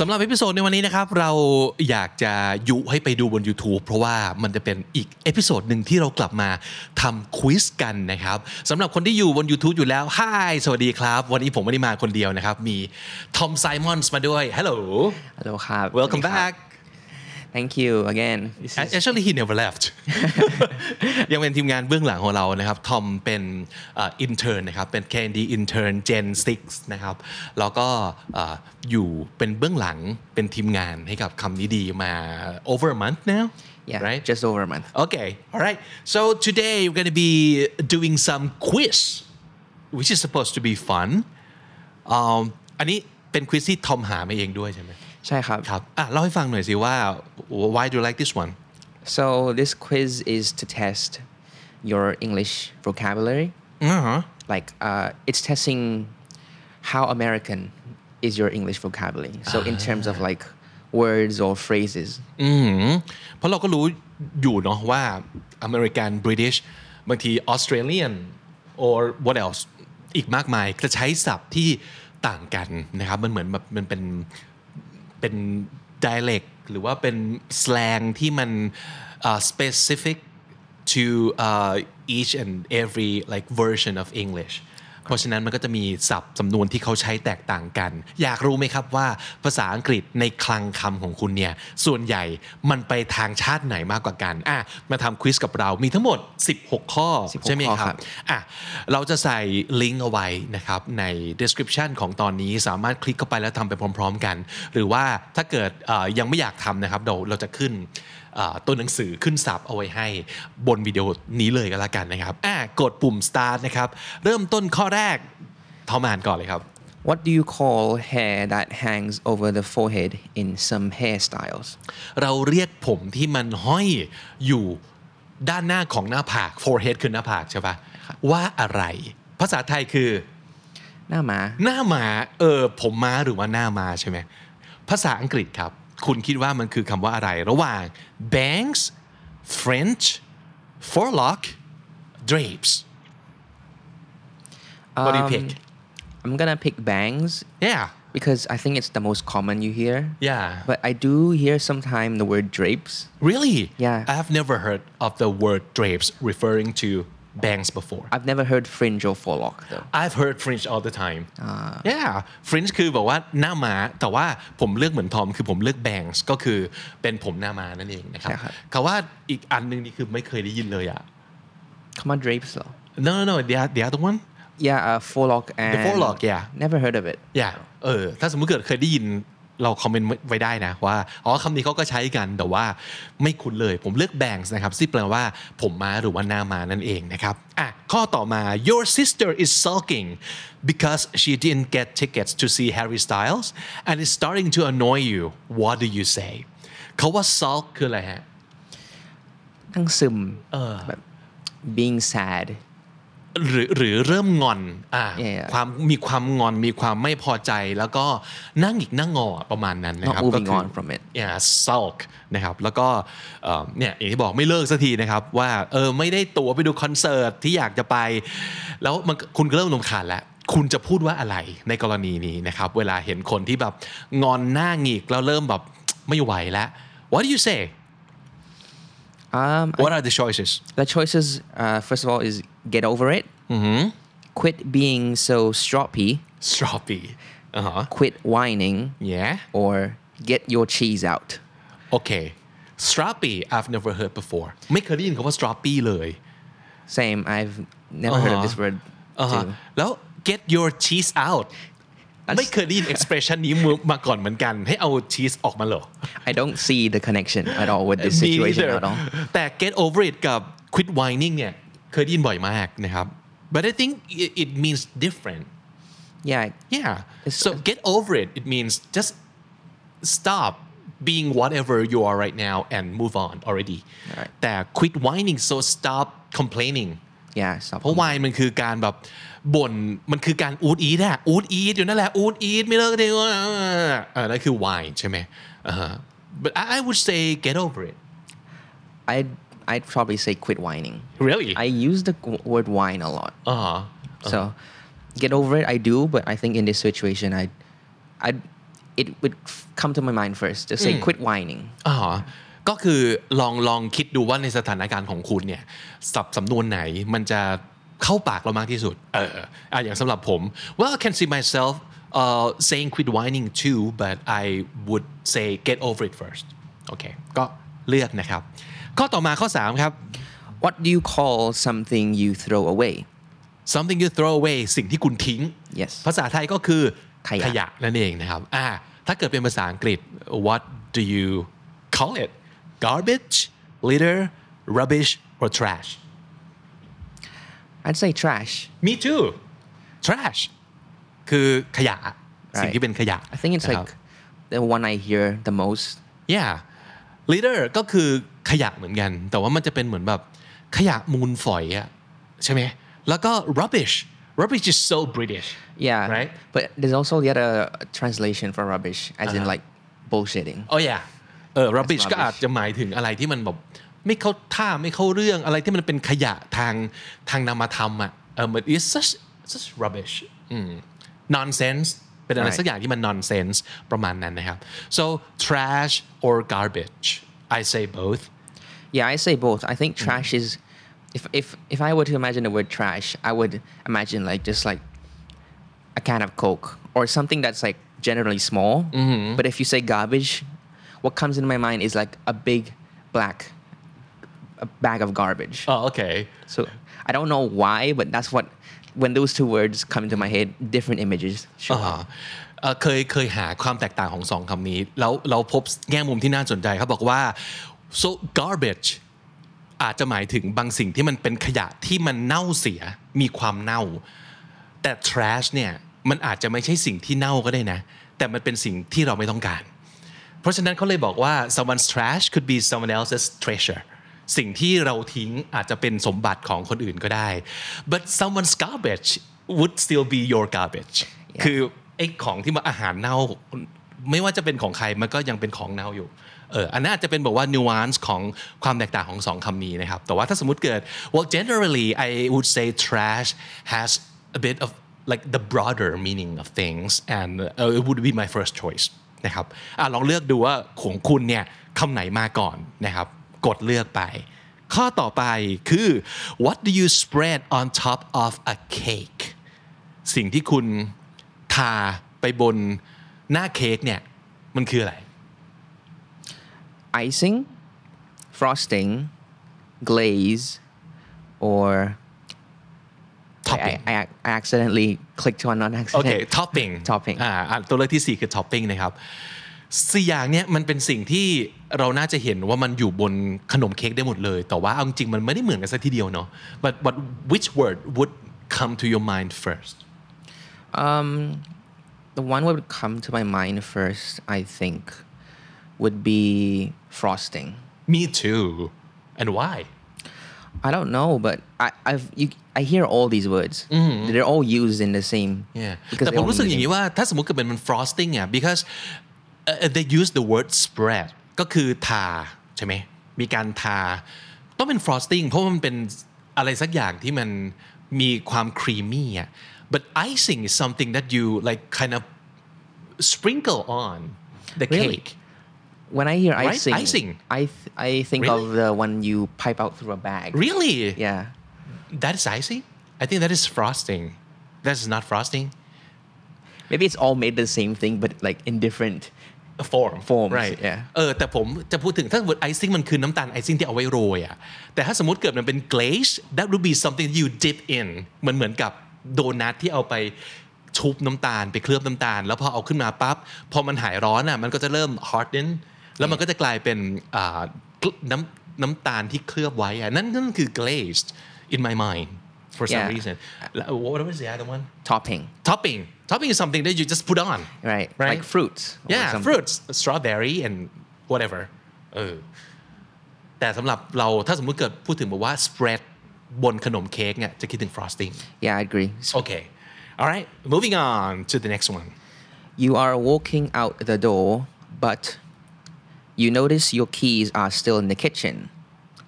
สำหรับเอพิโซดในวันนี้นะครับ เราอยากจะยุให้ไปดูบน YouTube เพราะว่ามันจะเป็นอีกเอพิโซดหนึ่งที่เรากลับมาทำควิสกันนะครับสำหรับคนที่อยู่บน YouTube อยู่แล้วฮ i สวัสดีครับ วันนี้ผมไม่ได้มาคนเดียวนะครับ มีทอมไซมอนส์มาด้วย Hello Hello ครับ welcome สวัสดีครับ back Thank you again Uh, Actually he never left ยังเป็นทีมงานเบื้องหลังของเรานะครับ ทอมเป็นอินเทอร์นะครับ เป็น KND intern Gen 6 นะครับ แล้วก็เอ่ออยู่เป็นเบื้องหลังเป็นทีมงานให้กับคำนี้ดีมา over a month now Yeah right just over a month okay all right so today we're going to be doing some quiz which is supposed to be fun um, อันนี้เป็นควิซที่ทอมหามาเองด้วยใช่ไหม ใช่ครับ ครับอ่ะเล่าให้ฟังหน่อยสิว่า why do you like this one So this quiz is to test your English vocabulary อ่าฮะ like uh, it's testing how American is your English vocabulary so in terms Ah. of like words or phrases อืมเพราะเราก็รู้อยู่เนาะว่าอเมริกันบริ i ิชบางทีออสเตรเลียน or what else อีกมากมายจะใช้ศัพท์ที่ต่างกันนะครับ มันเหมือนแบบมันเป็นเป็น dialect หรือว่าเป็น slang ที่มันเอ่อ specific to uh, each and every like version of English เพราะฉะนั้นมันก็จะมีศัพท์สำนวนที่เขาใช้แตกต่างกัน อยากรู้ไหมครับว่าภาษาอังกฤษในคลังคำของคุณเนี่ย ส่วนใหญ่มันไปทางชาติไหนมากกว่ากัน อ่ะ มาทำควิสกับเรา มีทั้งหมด 16 ข้อ 16 ใช่ไหมค ข้อ รั ครับ บ อ่ะ เราจะใส่ลิงก์เอาไว้นะครับ ใน description ของตอนนี้สามารถคลิกเข้าไปแล้วทำไปพร้อม ๆ กัน หรือว่าถ้าเกิดเอ่อยังไม่อยากทำนะครับเราเราจะขึ้นเอ่อตัวหนังสือขึ้นสับเอาไว้ให้บนวิดีโอนี้เลยก็แล้วกันนะครับอ่ะกดปุ่ม start นะครับ เริ่มต้นข้อแรกทอมอ่านก่อนเลยครับ What do you call hair that hangs over the forehead in some hairstyles เราเรียกผมที่มันห้อยอยู่ด้านหน้าของหน้าผาก forehead คือหน้าผากใช่ปะว่าอะไร ภาษาไทยคือ หน้าหมา หน้าหมาเออผมม้าหรือว่าหน้ามาใช่ไหมภาษาอังกฤษครับ คุณคิดว่ามันคือคำว่าอะไร ระหว่าง bangs French forelock drapes what do you pick I'm gonna pick bangs yeah because I think it's the most common you hear yeah But I do hear sometime the word drapes. really Yeah. I have never heard of the word drapes referring to bangs before I've never heard fringe or forelock though. I've heard fringe all the time yeah fringe คือแบอกว่าหน้าม้าแต่ว่าผมเลือกเหมือนทอมคือผมเลือก bangs ก็คือเป็นผมหน้าม้านั่นเองนะครับ ใช่ครับ คำว่าอีกอันหนึงนี่คือไม่เคยได้ยินเลยอะ Come on, drapes though. no no no the the other one Yeah, uh, forelock and forelock, yeah. Never heard of it. yeah เออถ้าสมมุติเกิดเคยได้ยินเราคอมเมนต์ไว้ได้นะว่าอ๋อคำนี้เขาก็ใช้กันแต่ว่าไม่คุ้นเลยผมเลือก bangs นะครับซึ่งแปลว่าผมมาหรือว่าหน้ามานั่นเองนะครับอ่ะข้อต่อมา your sister is sulking because she didn't get tickets to see Harry Styles and is starting to annoy you what do you say เขาว่า sulk คืออะไรฮะ ทั้งซึม แบบ being sad. หรือหรือเริ่มงอนอ่า Yeah. ความมีความงอนมีความไม่พอใจแล้วก็นั่งอีกนั่งงอประมาณนั้นนะครับ Not ก็ moving คื on from it. yeah sulk นะครับแล้วก็เอ่อเนี่ยอย่างที่บอกไม่เลิกสักทีนะครับว่าเออไม่ได้ตั๋วไปดูคอนเสิร์ตที่อยากจะไป แล้วมันคุณก็เริ่มลำคาญแล้ว คุณจะพูดว่าอะไรในกรณีนี้นะครับ เวลาเห็นคนที่แบบงอนหน้าหงิกแล้วเริ่มแบบไม่ไหวแล้ว what do you say Um, what are the choices the choices, uh, first of all, is get over it. Mm-hmm. Quit being so stroppy. stroppy uh-huh. Quit whining. yeah Or get your cheese out. โอเค stroppy I've never heard before ไม่เคยได้ยินคำว่า stroppy เลย Same. I've never heard of Uh-huh. this word. อ่าฮะ too. แล้ว get your cheese out ไม่เคยได้ยิน expression นี้มาก่อนเหมือนกัน ให้เอา cheese ออกมาเหรอ I don't see the connection at all with this situation Me at all. neither แต่ get over it กับ quit whining เนี่ย เคยได้ยินบ่อยมากนะครับ but I think it- it means different Yeah, yeah It's- so get over it it means just stop being whatever you are right now and move on already Right. แต่ quit whining so stop complaining yeah stop เพราะ whine มันคือการแบบบ่นมันคือการอูดอีดอะอูดอีดอยู่นั่นแหละอูดอีดไม่เลิกเลยอ่ะอ่านั่นคือ whine ใช่ไหมอ่าฮะ but I I would say get over it I'd, I'd probably say quit whining really I use the w- word whine a lot อ่าฮะ So get over it. I do, but I think in this situation, I, I, it would f- come to my mind first. Just say, quit whining. อ๋อ ก็คือลองลองคิดดูว่าในสถานการณ์ของคุณเนี่ยสับสำนวนไหนมันจะเข้าปากเรามากที่สุด เอออ่ะอย่างสำหรับผม well I can see myself uh, saying quit whining too but I would say get over it first โอเค ก็เลือกนะครับ ข้อต่อมาข้อ 3 ครับ What do you call something you throw away? something you throw away สิ่งที่คุณทิ้ง Yes ภาษาไทยก็คือ ขยะ นั่นเองนะครับอ่าถ้าเกิดเป็นภาษาอังกฤษ what do you call it garbage litter rubbish or trash I'd say trash. me too trash คือขยะ สิ่งที่เป็นขยะ I think it's นะครับ like the one I hear the most. yeah litter ก็คือขยะเหมือนกัน แต่ว่ามันจะเป็นเหมือนแบบขยะมูลฝอยอะใช่ไหมแล้วก็ rubbish rubbish is so British Yeah. right But there's also the other translation for rubbish, as in like bullshitting. โอ้ยเออ rubbish That's ก็อาจจะหมายถึงอะไรที่มันแบบไม่เข้าท่าไม่เข้าเรื่องอะไรที่มันเป็นขยะทางทางนามธรรมอ่ะเออมัน is such such rubbish อืม nonsense เป็นอะไร Right. สักอย่างที่มัน nonsense ประมาณนั้นนะครับ so trash or garbage I say both Yeah, I say both. I think trash is, if if if I were to imagine the word trash, I would imagine like just like a can of coke or something that's like generally small. But if you say garbage, what comes into my mind is like a big black a bag of garbage. อ๋อโอเค So I don't know why, but that's what when those two words come into my head, different images. Sure. อ่าเอ่อเคยเคยหาความแตกต่างของสองคำนี้ แล้วเราพบแง่มุมที่น่าสนใจเขาบอกว่า so garbage อาจจะหมายถึงบางสิ่งที่มันเป็นขยะที่มันเน่าเสียมีความเน่า แต่ trash เนี่ยมันอาจจะไม่ใช่สิ่งที่เน่าก็ได้นะ แต่มันเป็นสิ่งที่เราไม่ต้องการ เพราะฉะนั้นเขาเลยบอกว่า someone's trash could be someone else's treasure สิ่งที่เราทิ้งอาจจะเป็นสมบัติของคนอื่นก็ได้ but someone's garbage would still be your garbage คือไอ้ของที่มาอาหารเน่า ไม่ว่าจะเป็นของใครมันก็ยังเป็นของเน่าอยู่ เอออันนั้นอาจจะเป็นแบอกว่า nuance ของความแตกต่างของสองคำนี้นะครับ แต่ว่าถ้าสมมติเกิด well generally I would say trash has a bit of like the broader meaning of things and uh, it would be my first choice นะครับอะลองเลือกดูว่าของคุณเนี่ยคำไหนมาก่อนนะครับ กดเลือกไป ข้อต่อไปคือ what do you spread on top of a cake สิ่งที่คุณทาไปบนหน้าเค้กเนี่ยมันคืออะไร Icing, frosting, glaze, or I- topping I, I, I accidentally clicked on on accident. โอเค topping Topping อ่าอ่ะตัวเลือกที่ 4 คือ topping นะครับสี่อย่างเนี้ยมันเป็นสิ่งที่เราน่าจะเห็นว่ามันอยู่บนขนมเค้กได้หมดเลย แต่ว่าเอาจริงๆมันไม่ได้เหมือนกันซะทีเดียวเนาะ but but which word would come to your mind first Um, the one that would come to my mind first, I think, would be frosting. me too and why I don't know, but I, I've you, I hear all these words. They're all used in the same. Mm-hmm. Yeah. because แต่ they ผม all รู้สึก mean อย่างนี้ว่าถ้าสมมติเกิดเป็นมัน frosting อ่ะ because uh, they use the word spread ก็คือทาใช่ไหมมีการทา ต้องเป็น frosting เพราะมันเป็นอะไรสักอย่างที่มันมีความ creamy อ่ะ but icing is something that you like kind of sprinkle on the Really? cake When I hear Right? icing, Icing. I th- I think of Really? the one you pipe out through a bag. really Yeah. that is icing I think that is frosting that is not frosting Maybe it's all made the same thing, but like in different. form Forms, right yeah. เออแต่ผมจะพูดถึงถ้าสมมติไอซิ่งมันคือน้ำตาลไอซิ่งที่เอาไว้โรยอะแต่ถ้าสมมติเกิดมันเป็น glaze that would be something you dip in มันเหมือนกับโดนัทที่เอาไปชุบน้ำตาลไปเคลือบน้ำตาล แล้วพอเอาขึ้นมาปั๊บพอมันหายร้อนอะมันก็จะเริ่ม harden แล้วมันก็จะกลายเป็นอ่าน้ำน้ำตาลที่เคลือบไว้อะนั่นนั่นคือ glazed in my mind for some Yeah. reasonแล้ว what was the other one topping, topping topping is something that you just put on right? Right. Like fruits. or yeah something. fruits strawberry and whatever เออแต่สำหรับเราถ้าสมมุติเกิดพูดถึงแบบว่า spread บนขนมเค้กเนี่ยจะคิดถึง frosting Yeah, I agree. okay alright moving on to the next one You are walking out the door, but you notice your keys are still in the kitchen.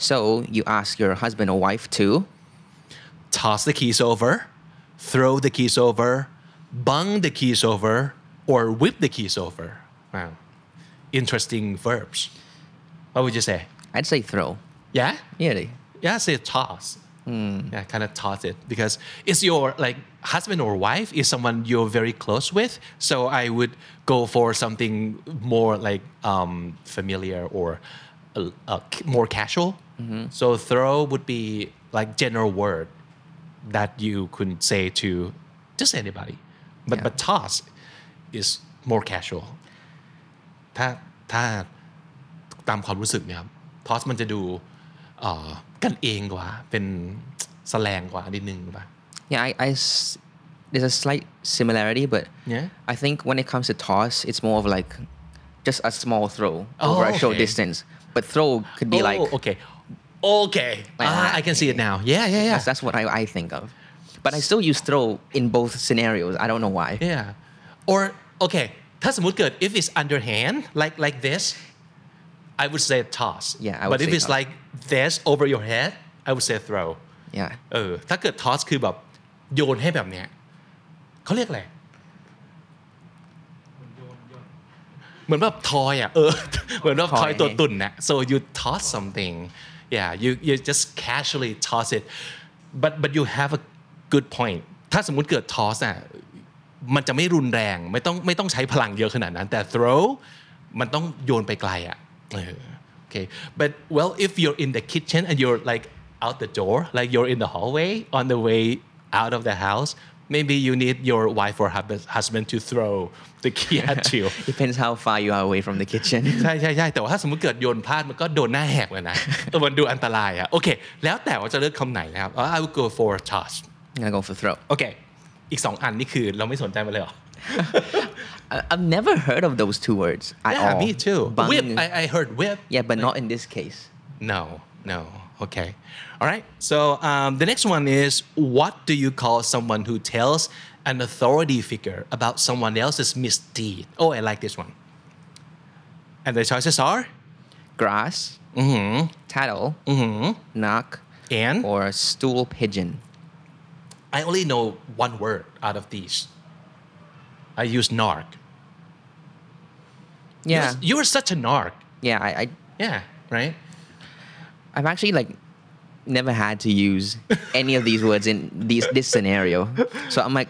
So you ask your husband or wife to. toss the keys over, throw the keys over, bung the keys over, or whip the keys over. Wow. Interesting verbs. What would you say? I'd say throw. Yeah? Yeah. Yeah, I say toss. Yeah, kind of toss it because it's your like husband or wife is someone you're very close with. So I would go for something more like um, familiar or uh, uh, more casual. So throw would be like general word that you could say to just anybody. But but toss is more casual. ถ้าถ้า ตามความรู้สึกเนี่ยครับทอสมันจะดูเอ่อกันเองกว่า เป็นแสแลงกว่านิดนึงหรือเปล่ะ Yeah, I, I s- there's a slight similarity, but Yeah? I think when it comes to toss, it's more of like just a small throw over Oh, a short okay. distance. But throw could be like oh, okay okay ah, I can see it now yeah yeah yeah that's, that's what I, I think of. But I still use throw in both scenarios. I don't know why. yeah or okay ถ้าสมมติเกิด if it's underhand like like this I would say toss Yeah, I would but if say it's toss. like this over your head I would say throw Yeah. เออถ้าเกิดทอสคือแบบโยนให้แบบเนี้ยเขาเรียกอะไรเหมือนแบบทอยอ่ะเออ เหมือนแบบทอยตัวตุ่นนะ so you toss something yeah you you just casually toss it but but you have a good point ถ้าสมมุติเกิดทอสอ่ะมันจะไม่รุนแรงไม่ต้องไม่ต้องใช้พลังเยอะขนาดนั้นแต่ throw มันต้องโยนไปไกลอ่ะเออ okay but well if you're in the kitchen and you're like out the door like you're in the hallway on the way out of the house maybe you need your wife or hub- husband to throw the key at you Depends how far you are away from the kitchen. ใช่ใช่ใช่แต่ว่าถ้าสมมติเกิดโยนพลาดมันก็โดนหน้าแหก เลยนะ เออมันดูอันตรายอะโอเค แล้วแต่ว่าจะเลือกคำไหนนะครับอ๋อ I will go for toss I'm gonna go for throw. โอเค อีกสองอันนี่คือเราไม่สนใจมันเลยเหรอ I, I've never heard of those two words at Yeah all. me too Bung- whip I I heard whip yeah, but not in this case. No, no. Okay. All right. So um, the next one is what do you call someone who tells an authority figure about someone else's misdeed? Oh, I like this one. And the choices are Grass, Mm-hmm. tattle, knock, and or stool pigeon. I only know one word out of these. I use narc. Yeah, You are such a narc. yeah. I, I Yeah. Right. I've actually like never had to use any of these words in these this scenario. So I'm like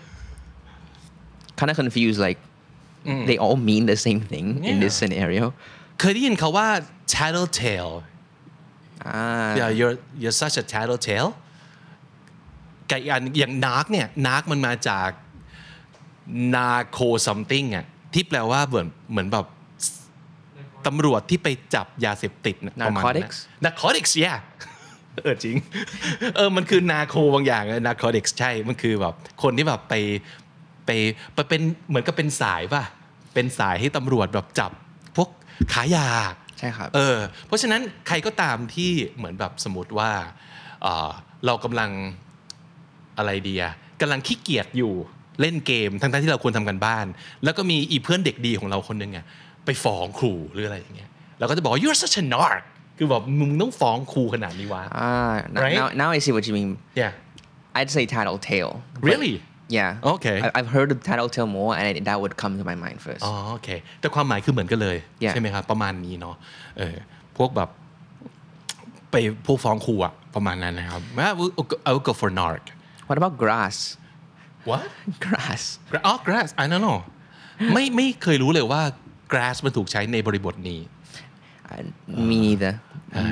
kind of confused. Like they all mean the same thing in Mm. this Yeah. scenario. เคยได้ยินคาว่า tattletale Ah, yeah you're you're such a tattletale กับอีกอันอย่างนาร์กเนี่ยนาร์กมันมาจากนาโค something อ่ะที่แปลว่าเหมือนเหมือนแบบตำรวจที่ไปจับยาเสพติดน่ะประมาณนั้น Narcotics? นาคอติกส์ยา เออจริง เออมันคือนาโคบางอย่างนาคอติกส์ใช่ มันคือแบบคนที่แบบไปไปไปเป็นเหมือนกับเป็นสายป่ะ เป็นสายให้ตำรวจแบบจับพวกขายยา ใช่ครับ เออเพราะฉะนั้นใครก็ตามที่เหมือนแบบสมมติว่าเอ่อเรากำลังอะไรดีอะกำลังขี้เกียจอยู่เล่นเกม ทั้งๆที่เราควรทำกันบ้าน แล้วก็มีอีเพื่อนเด็กดีของเราคนหนึงอะไปฟ้องครูหรืออะไรอย่างเงี้ยเราก็จะบอกว่า you're such a narc คือแบบมึงต้องฟ้องครูขนาดนี้วะ ah. n- Right? Now, now I see what you mean. yeah I'd say tattletale. but- really Yeah. Okay. Oh. I, I've heard of tattletale more, and it, that would come to my mind first. อ๋อโอเค แต่ความหมายคือเหมือนกันเลย Yeah. ใช่ไหมครับ ประมาณนี้เนาะเออพวกแบบ ไปพวกฟ้องครูอะประมาณนั้นนะครับ I will I will go for narc What about grass? what Grass. Gra- อ๋อ grass I don't know ไม่ไม่เคยรู้เลยว่า grass มันถูกใช้ในบริบทนี้ I, Uh, me neither.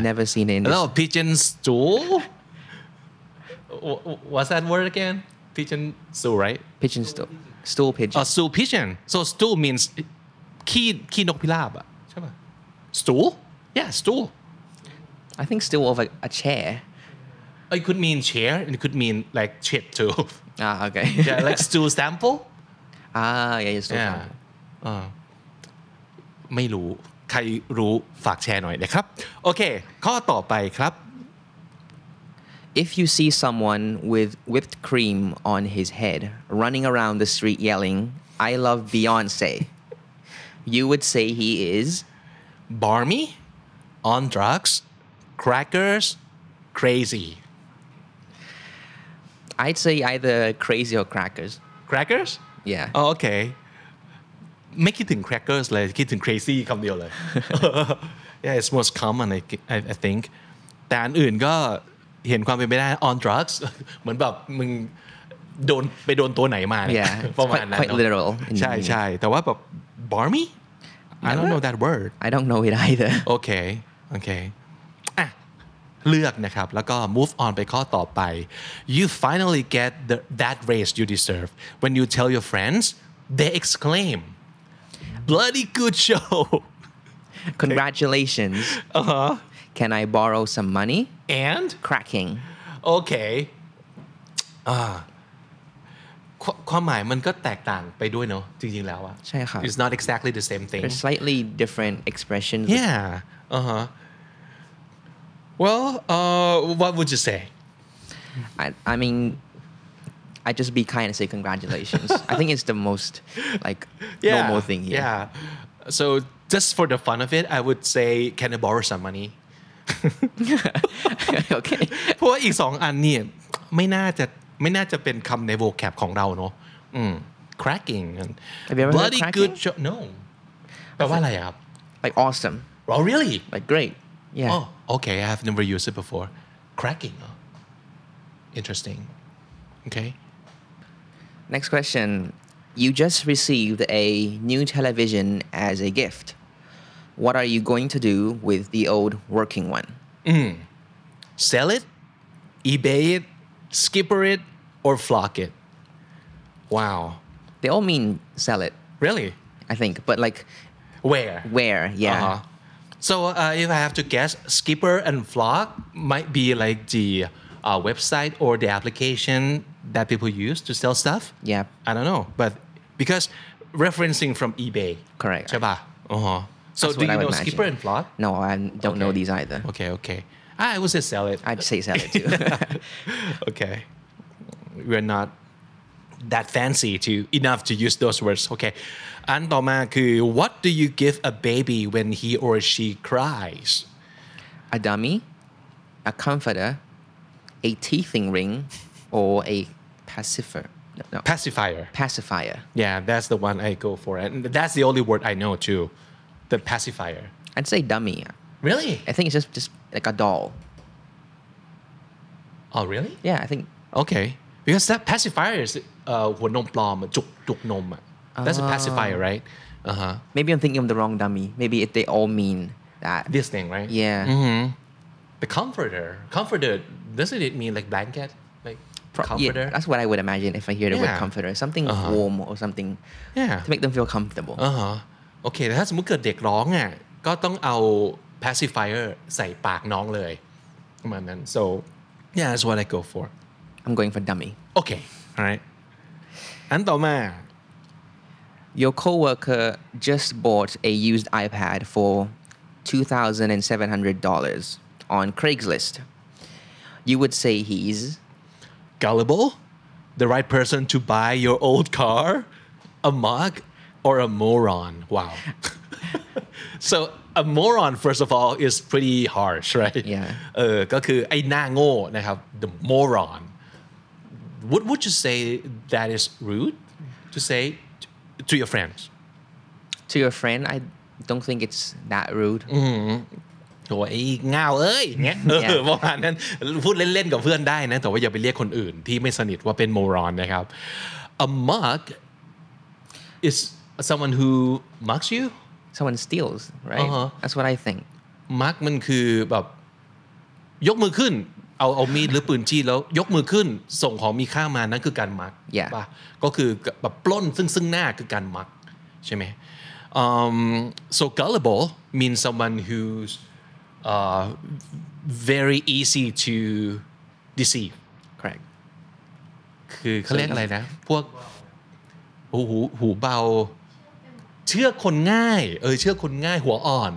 Never seen it. In แล้ว this. pigeon stool Wha- wha- what's that word again pigeon stool right Pigeon stool. Stool pigeon. oh stool pigeon so stool means ขี้ขี้นกพิราบอะใช่ป่ะ stool yeah stool Oh. I think stool of a, a chair. it could mean chair and it could mean like shit too Ah, okay. yeah like stool sample ah, yeah, yeah, stool. yeah เออไม่รู้ ใครรู้ฝากแชร์หน่อยนะครับ โอเค ข้อต่อไปครับ If you see someone with whipped cream on his head running around the street yelling, I love Beyonce, you would say he is. barmy on drugs crackers crazy I'd say either crazy or crackers. crackers Yeah. อ๋อโอเค ไม่คิดถึง crackers เลย คิดถึง crazy คำเดียวเลย yeah it's most common I, I, I think แต่อันอื่นก็เห็นความเป็นไปได้ on drugs เหมือนแบบมึงโดนไปโดนตัวไหนมาเนี่ย Yeah, it's ประมาณนั้น quite- quite เนอะ literal in ใช่ใช่แต่ว่าแบบ barmy I don't know that word I don't know it either. โอเค โอเค อ่ะ Ah, เลือกนะครับ แล้วก็ move on ไปข้อต่อไป you finally get the, that raise you deserve when you tell your friends they exclaim bloody good show Congratulations. Uh-huh. Can I borrow some money? and Cracking. โอเคอ่า Ah. ความความหมายมันก็แตกต่างไปด้วยเนอะจริง ๆ แล้วอะ ใช่ครับ it's not exactly the same thing They're slightly different expressions. yeah uh huh well uh what would you say I, I mean, I just be kind and say congratulations. I think it's the most like normal thing here. Yeah. So just for the fun of it, I would say, can I borrow some money? okay. เพราะว่าอีกสองอันเนี่ยไม่น่าจะไม่น่าจะเป็นคำใน vocab ของเราเนอะอืม cracking and Have you ever heard bloody cracking? good job no แปลว่าอะไรอะครับ Like awesome. oh really Like great. Yeah. oh okay I have never used it before cracking เหรอ interesting okay Next question. You just received a new television as a gift. What are you going to do with the old working one? sell it ebay it skipper it or flock it wow They all mean sell it, really I think, but like where where? Yeah. Uh-huh. So uh, if I have to guess, Skipper and Flock might be like the uh, website or the application that people use to sell stuff. Yeah. I don't know, but because referencing from eBay. Correct. ใช่ป่ะ Uh-huh. So That's do what I you would know imagine. Skipper and Flock? No, I don't know Okay. these either. Okay, okay. I would say sell it. I'd say sell it too. okay. We're not that fancy to enough to use those words. Okay. อันต่อมาคือ what do you give a baby when he or she cries? a dummy, a comforter, a teething ring, or a pacifier. No, no, Pacifier. pacifier. Yeah, that's the one I go for. And that's the only word I know too. The pacifier. I'd say dummy. Really? I think it's just just like a doll. Oh, really? Yeah, I think Okay. Because that pacifier is uh, หัวนมปลอมอะจุกจุกนมอะ That's a pacifier, right? Uh huh. maybe I'm thinking of the wrong dummy. Maybe it, they all mean that. This thing, right? Mm-hmm. yeah, The comforter. Comforter, doesn't it mean like blanket? Like Pro- yeah, comforter? That's what I would imagine if I hear the word Yeah. Uh-huh. comforter. Something warm or something Yeah. Uh-huh. to make them feel comfortable. อ่าฮะโอเคแต่ถ้าสมมติเกิดเด็กร้องอ่ะก็ต้องเอา pacifier ใส่ปากน้องเลยประมาณนั้น so yeah that's what I go for Uh-huh. I'm going for dummy. okay alright อันต่อมา Your coworker just bought a used iPad for $2,700 on Craigslist. You would say he's gullible the right person to buy your old car a mug or a moron wow so a moron first of all is pretty harsh right Yeah. เออก็คือไอ้หน้าโง่นะครับ the moron would would you say that is rude to say t- to your friends to your friend. I don't think it's that rude. Mm-hmm. โอ้ยไอ้ง่าวเอ้ยอย่างเงี้ยเออประมาณนั้นพูดเล่นๆกับเพื่อนได้นะ แต่ว่าอย่าไปเรียกคนอื่นที่ไม่สนิทว่าเป็นโมรอนนะครับ a mug is someone who mugs you Someone steals, right? Uh-huh. That's what I think. mug มันคือแบบ ยกมือขึ้น เอาเอามีดหรือปืนจี้แล้วยกมือขึ้น ส่งของมีค่ามานั่นคือการมัก Yeah. ป่ะก็คือแบบปล้นซึ่งซึ่งหน้าคือการมัก ใช่ไหม um, so gullible means someone who's uh, very easy to deceive Correct. คือเขาเรียกอะไรนะ พวกหูหูหูเบา เชื่อคนง่าย เออเชื่อคนง่ายหัวอ่อน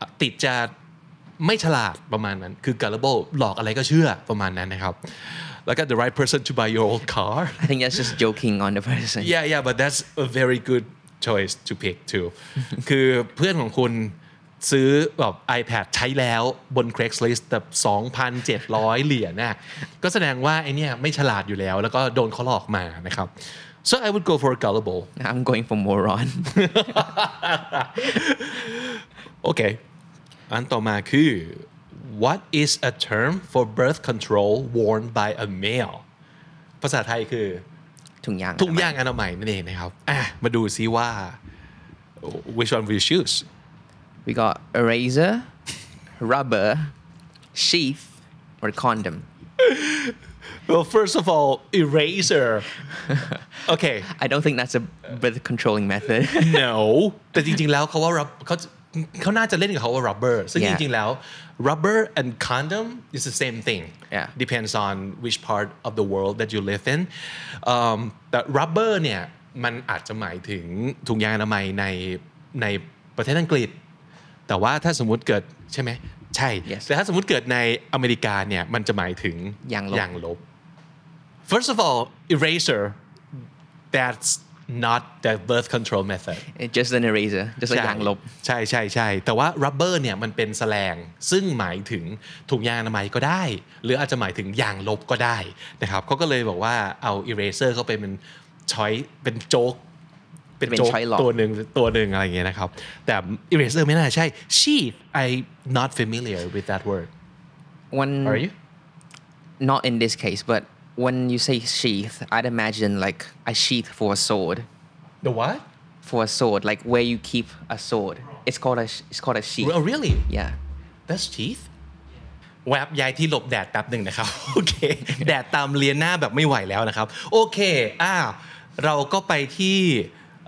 อ่ะติดจะไม่ฉลาดประมาณนั้น คือ gullible หลอกอะไรก็เชื่อประมาณนั้นนะครับ แล้วก็ the right person to buy your old car I think that's just joking on the person. yeah yeah but that's a very good choice to pick too คือเพื่อนของคุณซื้อแบบ iPad ใช้แล้วบน Craigslist แบบ 2,700 เหรียญน่ะก็แสดงว่าไอเนี่ยไม่ฉลาดอยู่แล้ว แล้วก็โดนเขาหลอกมานะครับ so I would go for gullible I'm going for moron. โอเค อันต่อมาคือ what is a term for birth control worn by a male ภาษาไทยคือ ถุงยาง ถุงยางอนามัยนั่นเองนะครับ อ่ะ มาดูซิว่า which one we choose We got eraser, rubber, sheath, or condom. well first of all eraser okay I don't think that's a birth controlling method. no แต่จริงๆแล้วเขาว่า rub เขาเขาน่าจะเล่นกับเขาว่า rubber ซึ่ง Yeah. จริงๆแล้ว rubber and condom is the same thing Yeah. depends on which part of the world that you live in um, แต่ rubber เนี่ย มันอาจจะหมายถึงถุงยางอนามัยในในประเทศอังกฤษ แต่ว่าถ้าสมมุติเกิดใช่ไหมใช่ Yes. แต่ถ้าสมมุติเกิดในอเมริกาเนี่ย มันจะหมายถึง ยางลบ ยางลบ first of all eraser that's not the birth control method It's just an eraser, just a ใช่ yang ใช่ใช่ใช่แต่ว่า rubber เนี่ยมันเป็นแสลง ซึ่งหมายถึงถุงยางอนามัยก็ได้ หรืออาจจะหมายถึงยางลบก็ได้นะครับเขาก็เลยบอกว่าเอา eraser เข้าไปเป็นช้อยเป็นโจ๊กเป็น เป็น โจ๊ก ช้อยหลอก ตัวหนึ่งตัวหนึ่งอะไรอย่างเงี้ยนะครับ แต่ eraser ไม่น่าใช่ sheath I not familiar with that word When are you not in this case, but when you say sheath, I'd imagine like a sheath for a sword, the what for a sword, like where you keep a sword. It's called a sh- it's called a sheath. oh really Yeah. That's teeth แวบยายที่หลบแดดแป๊บหนึ่งนะครับ โอเค แดดตามเลียนหน้าแบบไม่ไหวแล้วนะครับ โอเคอ่าเราก็ไปที่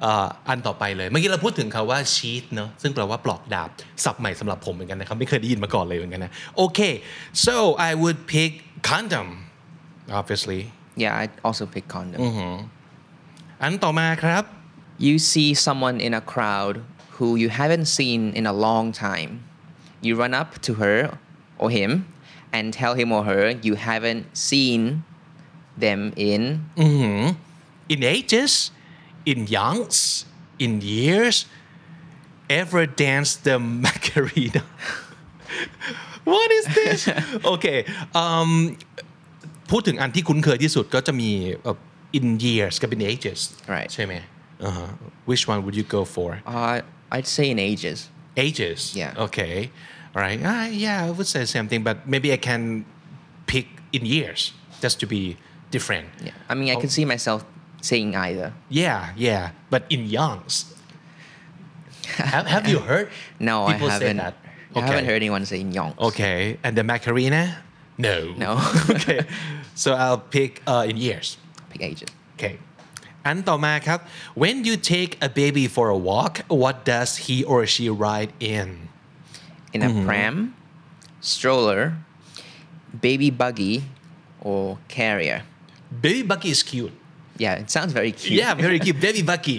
เอ่ออันต่อไปเลย เมื่อกี้เราพูดถึงคำว่าชีตเนอะซึ่งแปลว่าปลอกดาบศัพท์ใหม่สำหรับผมเหมือนกันนะครับ ไม่เคยได้ยินมาก่อนเลยเหมือนกันนะ โอเค so I would pick condom obviously Yeah, I also pick condom. Mm-hmm. อันต่อมาครับ You see someone in a crowd who you haven't seen in a long time. You run up to her or him and tell him or her you haven't seen them in Mm. in ages, in youngs, in years, ever dance the Macarena? what is this? okay. Um, พูดถึงอันที่คุ้นเคยที่สุดก็จะมีเอ่อ in years กับ in ages Right. ใช่ไหมอ่าฮะ which one would you go for uh, I'd say in ages. ages Yeah. okay all right ah, yeah I would say the same thing but maybe I can pick in years just to be different Yeah. I mean, I could Oh. see myself saying either. Yeah, yeah, but in Youngs. have, have you heard? No, people I say haven't. that. I haven't heard anyone saying yonks. Okay, and the Macarena? No. No. okay, so I'll pick uh, in years. Pick ages. Okay. อันต่อมาครับ when you take a baby for a walk what does he or she ride in In Mm-hmm. a pram, stroller, baby buggy, or carrier. baby buggy is cute Yeah, it sounds very cute. yeah very cute baby buggy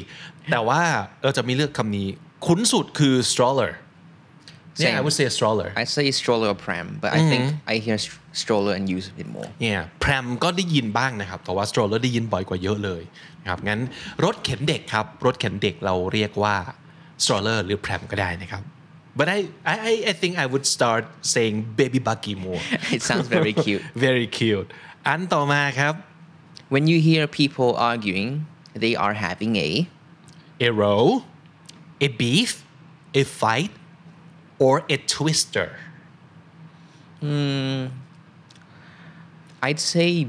แต่ว่าเราจะไม่เลือกคำนี้ คุ้นสุดคือ stroller yeah I Same. would say stroller I say stroller or pram, but I think Mm-hmm. I hear str- stroller and use it more. เนี่ยแพรมก็ได้ยินบ้างนะครับแต่ว่าสโตรเลอร์ได้ยินบ่อยกว่าเยอะเลยนะครับงั้นรถเข็นเด็กครับ รถเข็นเด็กเราเรียกว่าสโตรเลอร์หรือแพรมก็ได้นะครับ but I I I I think I would start saying baby buggy more It sounds very cute. very cute อันต่อมาครับ When you hear people arguing, they are having a. a row a beef a fight or a twister I'd say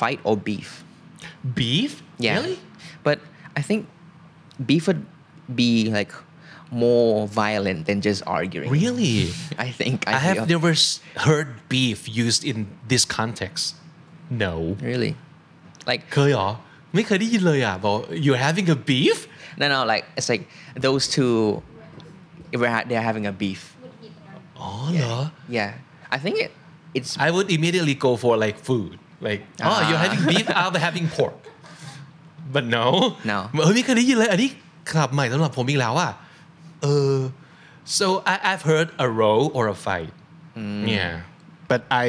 fight or beef. beef Yeah. really But I think beef would be like more violent than just arguing. really I think I, I have feel- never s- heard beef used in this context no really like เคยเหรอ ไม่เคยได้ยินเลยอ่ะบอก you're having a beef no no like it's like those two if we're ha- they're having a beef. อ๋อเหรอ Yeah, I think it it's I would immediately go for like food like oh you're having beef I'm having pork but no No. เออไม่เคยได้ยินเลยอันนี้ ครับใหม่สำหรับผมอีกแล้วอ่ะเออ so I, I've heard a row or a fight yeah but I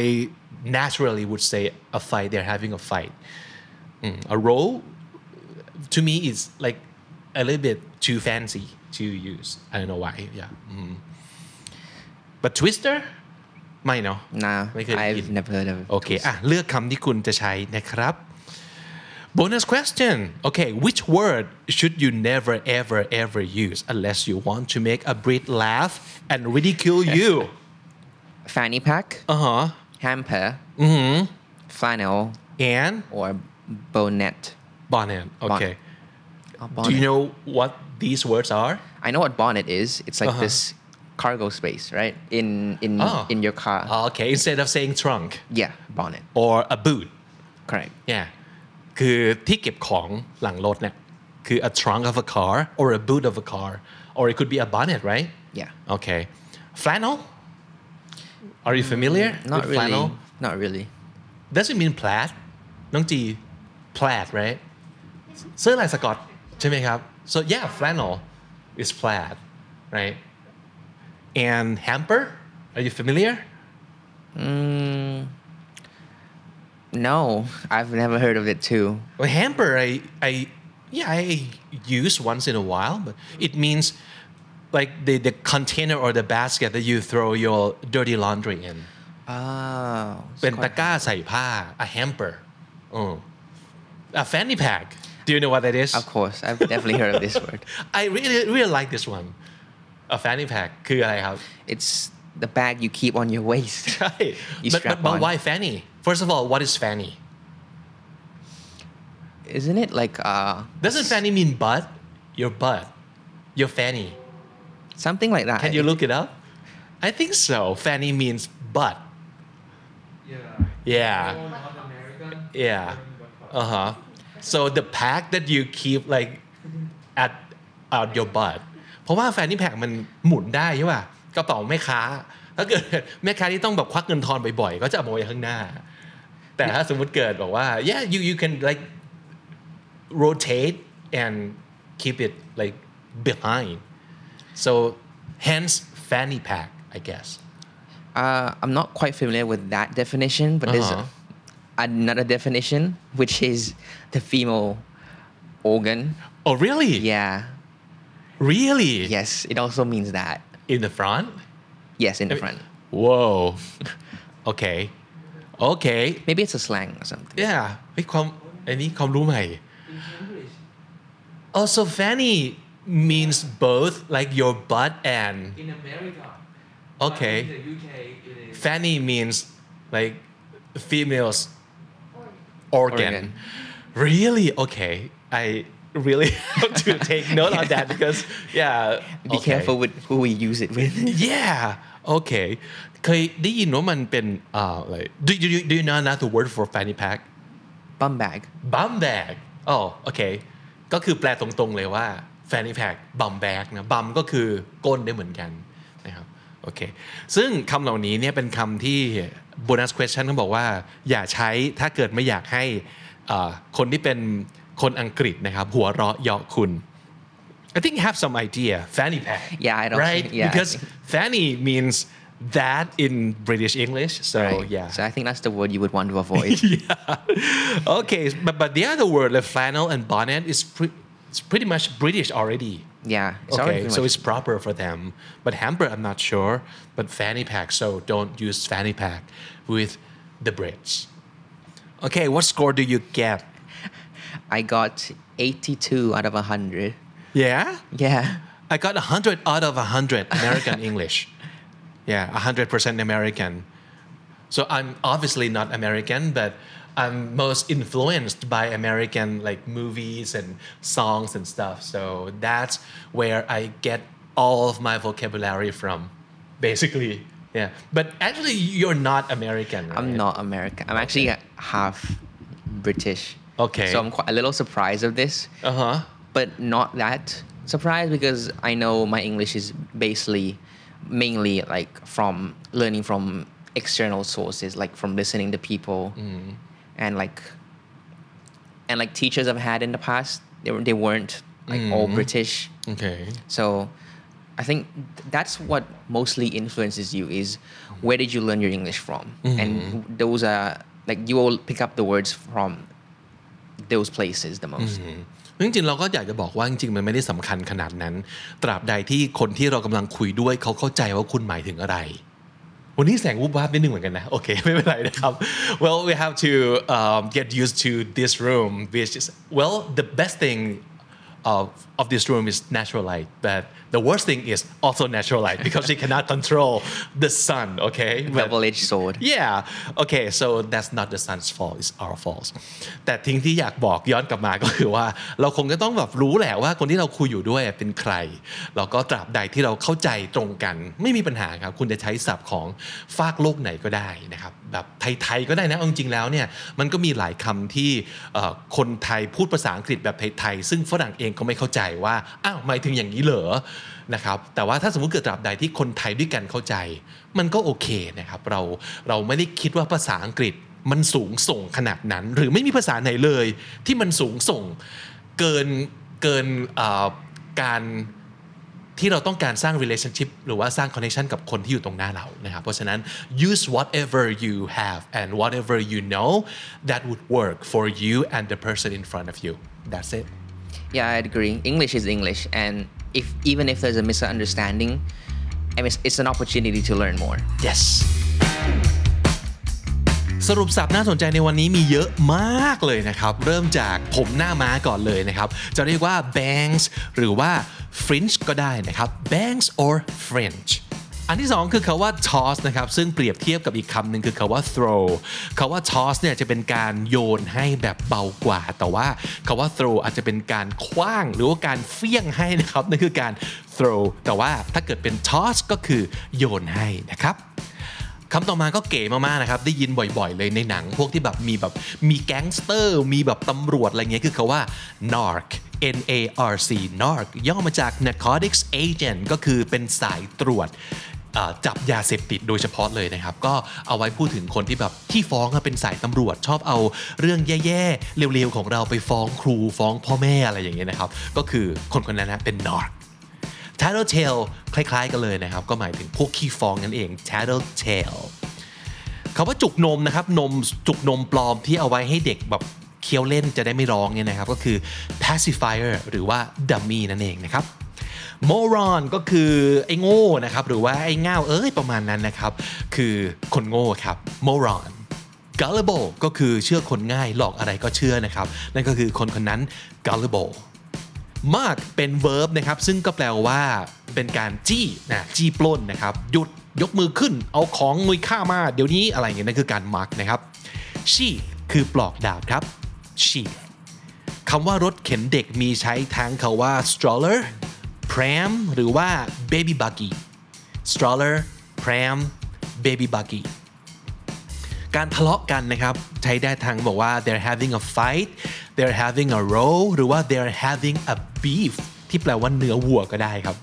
naturally would say a fight they're having a fight Mm, a row to me is like a little bit too fancy to use I don't know why yeah mm. but twister ไม่เนาะ Nah, ไม่เคยได้ยิน I've never heard of. โอเค อ่ะ เลือกคำที่คุณจะใช้นะครับ bonus question okay which word should you never ever ever use unless you want to make a Brit laugh and ridicule you Fanny pack, uh huh hamper, Mm-hmm. flannel, and or bonnet. bonnet okay A do you bonnet. know what these words are I know what bonnet is. It's like Uh-huh. this cargo space, right? In in Oh. in your car. okay instead of saying trunk Yeah, bonnet. or a boot Correct. yeah คือที่เก็บของหลังรถเนี่ยคือ a trunk of a car or a boot of a car or it could be a bonnet right Yeah. Okay. Flannel? Are you familiar Mm, Not with really. flannel? Not really. Does it mean plaid? น้องจี plaid right เสื้อลายสกอตใช่ไหมครับ so yeah flannel is plaid right and hamper are you familiar No, I've never heard of it too. well hamper I I yeah I use once in a while but it means like the the container or the basket that you throw your dirty laundry in Oh, it's เป็นตะ quite- กร้าใส่ผ้า a hamper อืม a fanny pack do you know what that is Of course, I've definitely heard of this word. I really really like this one a fanny pack คืออะไร ครับ It's the bag you keep on your waist. ใช่ You but, strap but, but on. why fanny first of all what is fanny Isn't it like uh doesn't fanny mean butt your butt your fanny something like that? can you look it up I think so fanny means butt yeah yeah uh huh so the pack that you keep like at out your butt เพราะว่าแฟนนี่แพกมันหมุนได้ใช่ป่ะกระเป๋าแม่ค้า ถ้าเกิดแม่ค้าที่ต้องแบบควักเงินทอนบ่อยๆ ก็จะเอามาไว้ข้างหน้า แต่ถ้าสมมุติเกิดบอกว่า yeah you you can like rotate and keep it like behind so hence fanny pack I guess Uh, I'm not quite familiar with that definition, but there's Uh-huh. another definition, which is the female organ. oh really Yeah. really Yes, it also means that. in the front Yes, in the front. whoa okay okay Maybe it's a slang or something. yeah เฮ้ยความอันนี้ความรู้ใหม่ also fanny means both like your butt and In America. okay But In the UK, it is. fanny means like females organ, Organ. really okay I really have to take note on that because yeah Be okay. careful with who we use it with. yeah okay เคยได้ยินว่ามันเป็นอ่าอะไร do you do you know another word for fanny pack Bum bag. บัมแบกอ๋อโอเค ก็คือแปลตรงๆเลยว่าแฟน y แพ c บัมแบกนะ บัมก็คือก้นได้เหมือนกันนะครับ โอเค ซึ่งคำเหล่านี้เนี่ยเป็นคำที่ bonus question เขาบอกว่า อย่าใช้ถ้าเกิดไม่อยากให้เอ่อคนที่เป็นคนอังกฤษนะครับ หัวเราะเยาะคุณ I think you have some idea fanny pack Yeah, I don't- right yeah, I because think- fanny means that in British English so Right. yeah Oh, So I think that's the word you would want to avoid. okay, but, but the other word, like flannel and bonnet, is pre- it's pretty much British already. yeah. It's already Okay, pretty so much- it's proper for them. But hamper, I'm not sure. But fanny pack, so don't use fanny pack with the Brits. Okay, what score do you get? I got 82 out of 100. Yeah, Yeah. I got 100 out of 100 American English. Yeah, 100% American. So I'm obviously not American, but I'm most influenced by American like movies and songs and stuff. So that's where I get all of my vocabulary from, basically. Yeah, but actually you're not American. Right? I'm not American. I'm actually half British. Okay. So I'm quite a little surprised of this, Uh huh. but not that surprised because I know my English is basically mainly like from learning from external sources, like from listening to people and like and like teachers I've had in the past, they, were- they weren't like all British. โอเค So I think that's what mostly influences you is where did you learn your English from? And those are like you will pick up the words from those places the most. จริงๆเราก็อยากจะบอกว่าจริงๆมันไม่ได้สำคัญขนาดนั้น ตราบใดที่คนที่เรากำลังคุยด้วยเขาเข้าใจว่าคุณหมายถึงอะไร วันนี้แสงวูบวาบนิดนึงเหมือนกันนะ โอเค ไม่เป็นไรนะครับ well we have to um, get used to this room which is well the best thing of of this room is natural light but the worst thing is also natural light because she cannot control the sun okay But- Double-edged sword. yeah okay so that's not the sun's fault it's our fault แต่ทิ้งที่อยากบอกย้อนกลับมาก็คือว่า เราคงจะต้องแบบรู้แหละว่าคนที่เราคุยอยู่ด้วยเป็นใคร แล้วก็ตราบใดที่เราเข้าใจตรงกัน ไม่มีปัญหาครับ คุณจะใช้ศัพท์ของฟากโลกไหนก็ได้นะครับ แบบไทยๆก็ได้นะเอาจริงๆแล้วเนี่ยมันก็มีหลายคำที่เอ่อคนไทยพูดภาษาอังกฤษแบบไทยๆซึ่งฝรั่งเองก็ไม่เข้าใจว่าอ้าวหมายถึงอย่างนี้เหรอ นะครับแต่ว่าถ้าสมมติเกิดตราบใดที่คนไทยด้วยกันเข้าใจ มันก็โอเคนะครับเราเราไม่ได้คิดว่าภาษาอังกฤษมันสูงส่งขนาดนั้น หรือไม่มีภาษาไหนเลย ที่มันสูงส่งเกินเกินเอ่อการที่เราต้องการสร้าง relationship หรือว่าสร้าง connection กับคนที่อยู่ตรงหน้าเรานะครับเพราะฉะนั้น use whatever you have and whatever you know that would work for you and the person in front of you that's it Yeah, I agree. English is English, and if even if there's a misunderstanding, I mean, it's- it's an opportunity to learn more. yes สรุปสับน่าสนใจในวันนี้มีเยอะมากเลยนะครับ เริ่มจากผมหน้าม้าก่อนเลยนะครับ จะเรียกว่า bangs หรือว่า fringe ก็ได้นะครับ bangs or fringe อันที่สองคือคาว่า toss นะครับ ซึ่งเปรียบเทียบกับอีกคำหนึ่งคือคาว่า throw คาว่า toss เนี่ยจะเป็นการโยนให้แบบเบากว่า แต่ว่าคาว่า throw อาจจะเป็นการคว้าง หรือว่าการเฟี้ยงให้นะครับนั่นคือการ throw แต่ว่าถ้าเกิดเป็น toss ก็คือโยนให้นะครับ คำต่อมาก็เก๋มากๆนะครับ ได้ยินบ่อยๆ เลยในหนัง พวกที่แบบมีแบบมีแก๊งสเตอร์ มีแบบตำรวจอะไรเงี้ยคือคาว่า narc N A R C narc ย่อมาจาก narcotics agent ก็คือเป็นสายตรวจเอ่อจับยาเสพติดโดยเฉพาะเลยนะครับ ก็เอาไว้พูดถึงคนที่แบบที่ฟ้องอะเป็นสายตำรวจชอบเอาเรื่องแย่ๆ เร็วๆ ของเราไปฟ้องครูฟ้องพ่อแม่อะไรอย่างเงี้ยนะครับ ก็คือคนคนนั้นนะเป็น narc tattletale คล้ายๆ กันเลยนะครับ ก็หมายถึงพวกขี้ฟองนั่นเอง tattletale คำว่าจุกนมนะครับนมจุกนมปลอมที่เอาไว้ให้เด็กแบบเคี้ยวเล่นจะได้ไม่ร้องเนี่ยนะครับ ก็คือ pacifier หรือว่า dummy นั่นเองนะครับ moron ก็คือไอ้โง่นะครับ หรือว่าไอ้ง่าวเอ้ยประมาณนั้นนะครับ คือคนโง่ครับ moron gullible ก็คือเชื่อคนง่ายหลอกอะไรก็เชื่อนะครับ นั่นก็คือคนคนนั้น gullible mark เป็น verb นะครับ ซึ่งก็แปลว่าเป็นการจี้นะจี้ปล้นนะครับ หยุดยกมือขึ้น เอาของมุยค่ามา เดี๋ยวนี้อะไรอย่างเงี้ยนั่นคือการ mark นะครับ sheath คือปลอกดาบครับ sheath คำว่ารถเข็นเด็กมีใช้ทั้งคาว่า stroller pram หรือว่า baby buggy stroller pram baby buggy การทะเลาะกันนะครับ ใช้ได้ทั้งบอกว่า they're having a fight they're having a row หรือว่า they're having a beef ที่แปลว่าเนื้อวัวก็ได้ครับ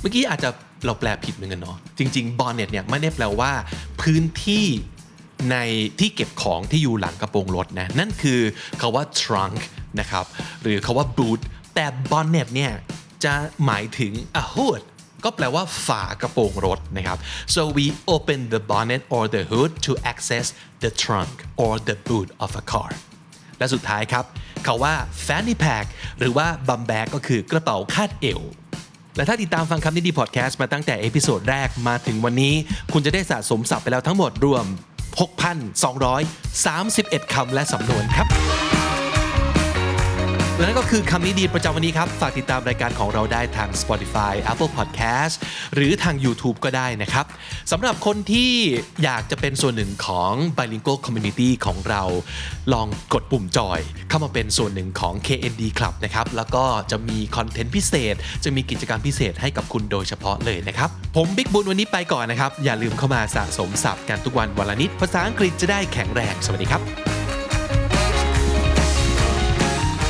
เมื่อกี้อาจจะเราแปลผิดเหมือนกันเนาะจริง ๆ bonnet เนี่ยไม่ได้แปลว่า พื้นที่ในที่เก็บของที่อยู่หลังกระโปรงรถนะนั่นคือคาว่า trunk นะครับหรือคาว่า boot แต่ bonnet เนี่ยจะหมายถึง a hood ก็แปลว่าฝากระโปรงรถนะครับ so we open the bonnet or the hood to access the trunk or the boot of a car และสุดท้ายครับคาว่า fanny pack หรือว่า bum bag ก็คือกระเป๋าคาดเอว และถ้าติดตามฟังคำนี้ดีพอดแคสต์มาตั้งแต่เอพิโซดแรกมาถึงวันนี้ คุณจะได้สะสมศัพท์ไปแล้วทั้งหมดรวม 6,231 คำและสำนวนครับ และนั่นก็คือคำนี้ดีประจำวันนี้ครับ ฝากติดตามรายการของเราได้ทาง Spotify Apple Podcast หรือทาง YouTube ก็ได้นะครับสำหรับคนที่อยากจะเป็นส่วนหนึ่งของ Bilingual Community ของเรา ลองกดปุ่มจอย เข้ามาเป็นส่วนหนึ่งของ KND Club นะครับ แล้วก็จะมีคอนเทนต์พิเศษ จะมีกิจกรรมพิเศษให้กับคุณโดยเฉพาะเลยนะครับ ผมบิ๊กบุญวันนี้ไปก่อนนะครับ อย่าลืมเข้ามาสะสมศัพท์กันทุกวันวันละนิด ภาษาอังกฤษจะได้แข็งแรง สวัสดีครับ